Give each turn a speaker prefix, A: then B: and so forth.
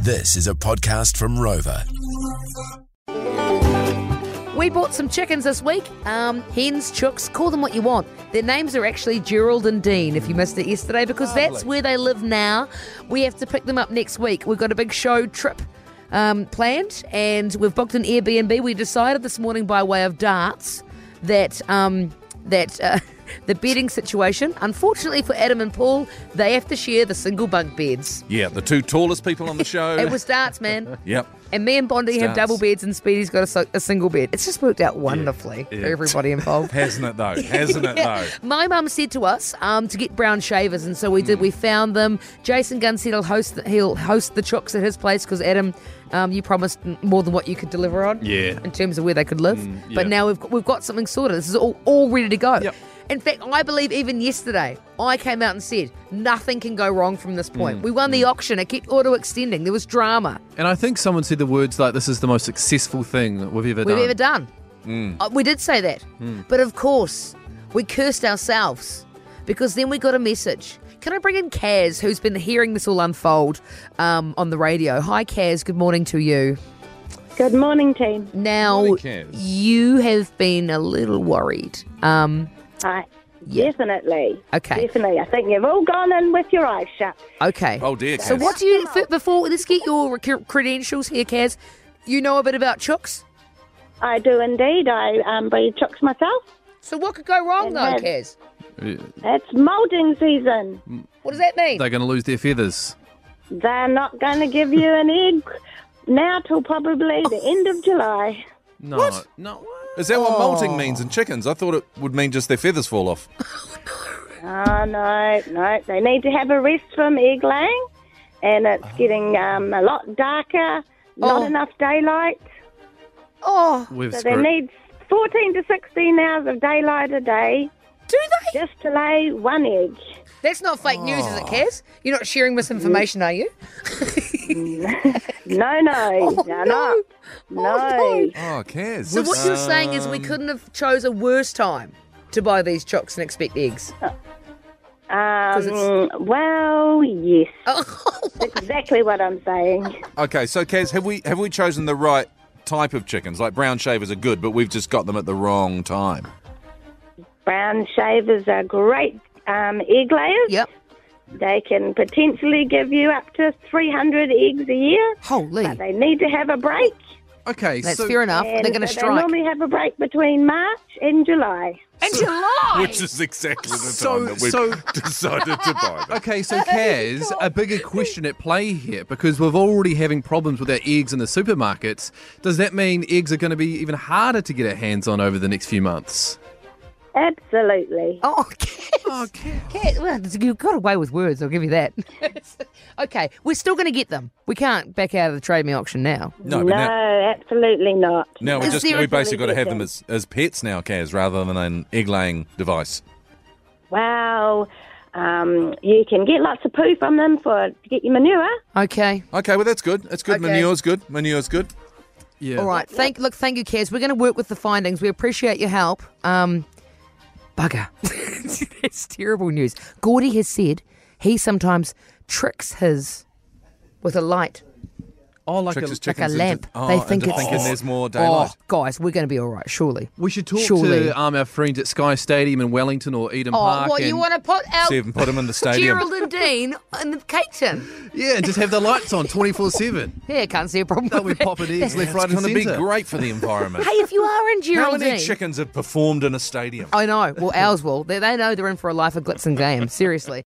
A: This is a podcast from Rover.
B: We bought some chickens this week. Um, hens, chooks, call them what you want. Their names are actually Gerald and Dean, if you missed it yesterday, because that's where they live now. We have to pick them up next week. We've got a big show trip um, planned, and we've booked an Airbnb. We decided this morning by way of darts that um, that uh, the bedding situation, unfortunately for Adam and Paul, they have to share the single bunk beds.
C: Yeah, the two tallest people on the show.
B: It was darts, man.
C: Yep.
B: And me and Bondi have
C: Starts.
B: double beds, and Speedy's got a, so- a single bed. It's just worked out wonderfully
C: yeah.
B: for everybody involved.
C: Hasn't it though? Hasn't it
B: Yeah.
C: though?
B: My mum said to us um, to get brown shavers, and so we
C: Mm.
B: did. We found them. Jason Gunn said he'll host the, he'll host the chooks at his place because Adam, um, you promised m- more than what you could deliver on.
C: Yeah. Mm,
B: In terms of where they could live,
C: yeah.
B: but now we've got, we've got something sorted. This is all, all ready to go.
C: Yep.
B: In fact, I believe even yesterday I came out and said nothing can go wrong from this point.
C: Mm.
B: We won the auction. It kept auto extending. There was drama.
D: And I think someone said the words like, "This is the most successful thing that we've ever
B: we've
D: done."
B: ever done.
C: Mm.
B: Uh, we did say that.
C: Hmm.
B: But of course, we cursed ourselves because then we got a message. Can I bring in Kaz, who's been hearing this all unfold um, on the radio? Hi, Kaz. Good morning to you.
E: Good morning, team.
B: Now,
C: Morning, Kaz.
B: you have been a little worried. Um,
E: Hi.
B: Yeah.
E: Definitely.
B: Okay.
E: Definitely. I think you've all gone in with your eyes shut.
B: okay.
C: Oh dear. Kaz.
B: so, what do you, f- before, let's get your c- credentials here, Kaz. You know a bit about chooks.
E: I do indeed. I um, breed chooks myself.
B: So, what could go wrong, though,
E: Amen.
B: Kaz?
E: It's moulding season.
B: What does that mean?
D: Uh, They're going to lose their feathers.
E: They're not going to give you an egg now till probably the end of July.
D: No,
C: What?
D: no.
C: Is that what molting means in chickens? I thought it would mean just their feathers fall off.
E: Oh, no, no. They need to have a rest from egg laying, and it's getting um, a lot darker, not
B: Oh.
E: enough daylight.
B: oh,
D: We've
E: So they
D: screwed.
E: need 14 to 16 hours of daylight a day
B: do they?
E: just to lay one egg.
B: That's not fake news, is it, Kaz? You're not sharing misinformation, are you?
E: No, no,
B: Oh, no.
E: they're not.
B: Oh, no.
C: Oh, Um, Kaz.
B: So what you're saying is we
D: um,
B: couldn't have chose a worse time to buy these chooks and expect eggs.
E: Um, well, yes,
B: Oh,
E: exactly what I'm saying.
C: Okay, so Kaz, have we have we chosen the right type of chickens? Like brown shavers are good, but we've just got them at the wrong time.
E: Brown shavers are great um, egg layers.
B: yep.
E: They can potentially give you up to 300 eggs a year.
B: Holy.
E: But they need to have a break.
D: Okay,
B: That's
D: so
B: fair enough.
E: And
B: They're going to
E: so
B: strike.
E: They normally have a break between March and July.
B: and July!
C: Which is exactly the time
D: So-
C: that we've
D: so-
C: decided to buy them.
D: okay,
B: Oh,
D: so Kaz, a bigger question at play here because we're already having problems with our eggs in the supermarkets. Does that mean eggs are going to be even harder to get our hands on over the next few months?
E: Absolutely.
B: Oh, Kaz.
D: Kaz.
B: Kaz. Well, you got away with words, I'll give you that. okay, we're still going to get them. We can't back out of the trade me auction now.
C: No, but now,
E: absolutely not.
C: now we
B: Is
C: just
B: there
C: we
B: a-
C: basically got to have them as, as pets now, Kaz, rather than an egg laying device.
E: Wow. Um, you can get lots of poo from them for to get your manure.
B: Okay.
C: Okay, well that's good. That's good.
B: Okay.
C: Manure's good. Manure's good.
D: Yeah.
B: All right. Thank look, thank you, Kaz. We're going to work with the findings. We appreciate your help. Um, bugger. That's terrible news. Gordy has said he sometimes tricks his with a light,
D: Oh, like
C: Tricks
D: a,
C: his
B: like a
C: chickens into-
B: lamp.
C: oh,
B: they
C: into
B: think it's
C: thinking there's more
B: Oh,
C: daylight.
B: guys, we're going to be all right, surely.
D: we should talk
B: Surely.
D: to
C: uh,
D: um, our friends at Sky Stadium in Wellington or Eden
B: Oh,
D: Park.
B: what you
D: and-
B: want to put out?
C: See if we can put them in the stadium.
B: Gerald and Dean in the cake tin.
D: Yeah, and just have the lights on 24 7.
B: Yeah, can't see a problem.
D: That
B: with
D: would
B: that.
D: pop it in. left, right,
C: It's
D: and
C: going to be
D: centre.
C: great for the environment.
B: Hey, if you are in
C: How
B: Geraldine,
C: many chickens have performed in a stadium?
B: I know. Well, ours will. They, they know they're in for a life of glitz and glam. Seriously.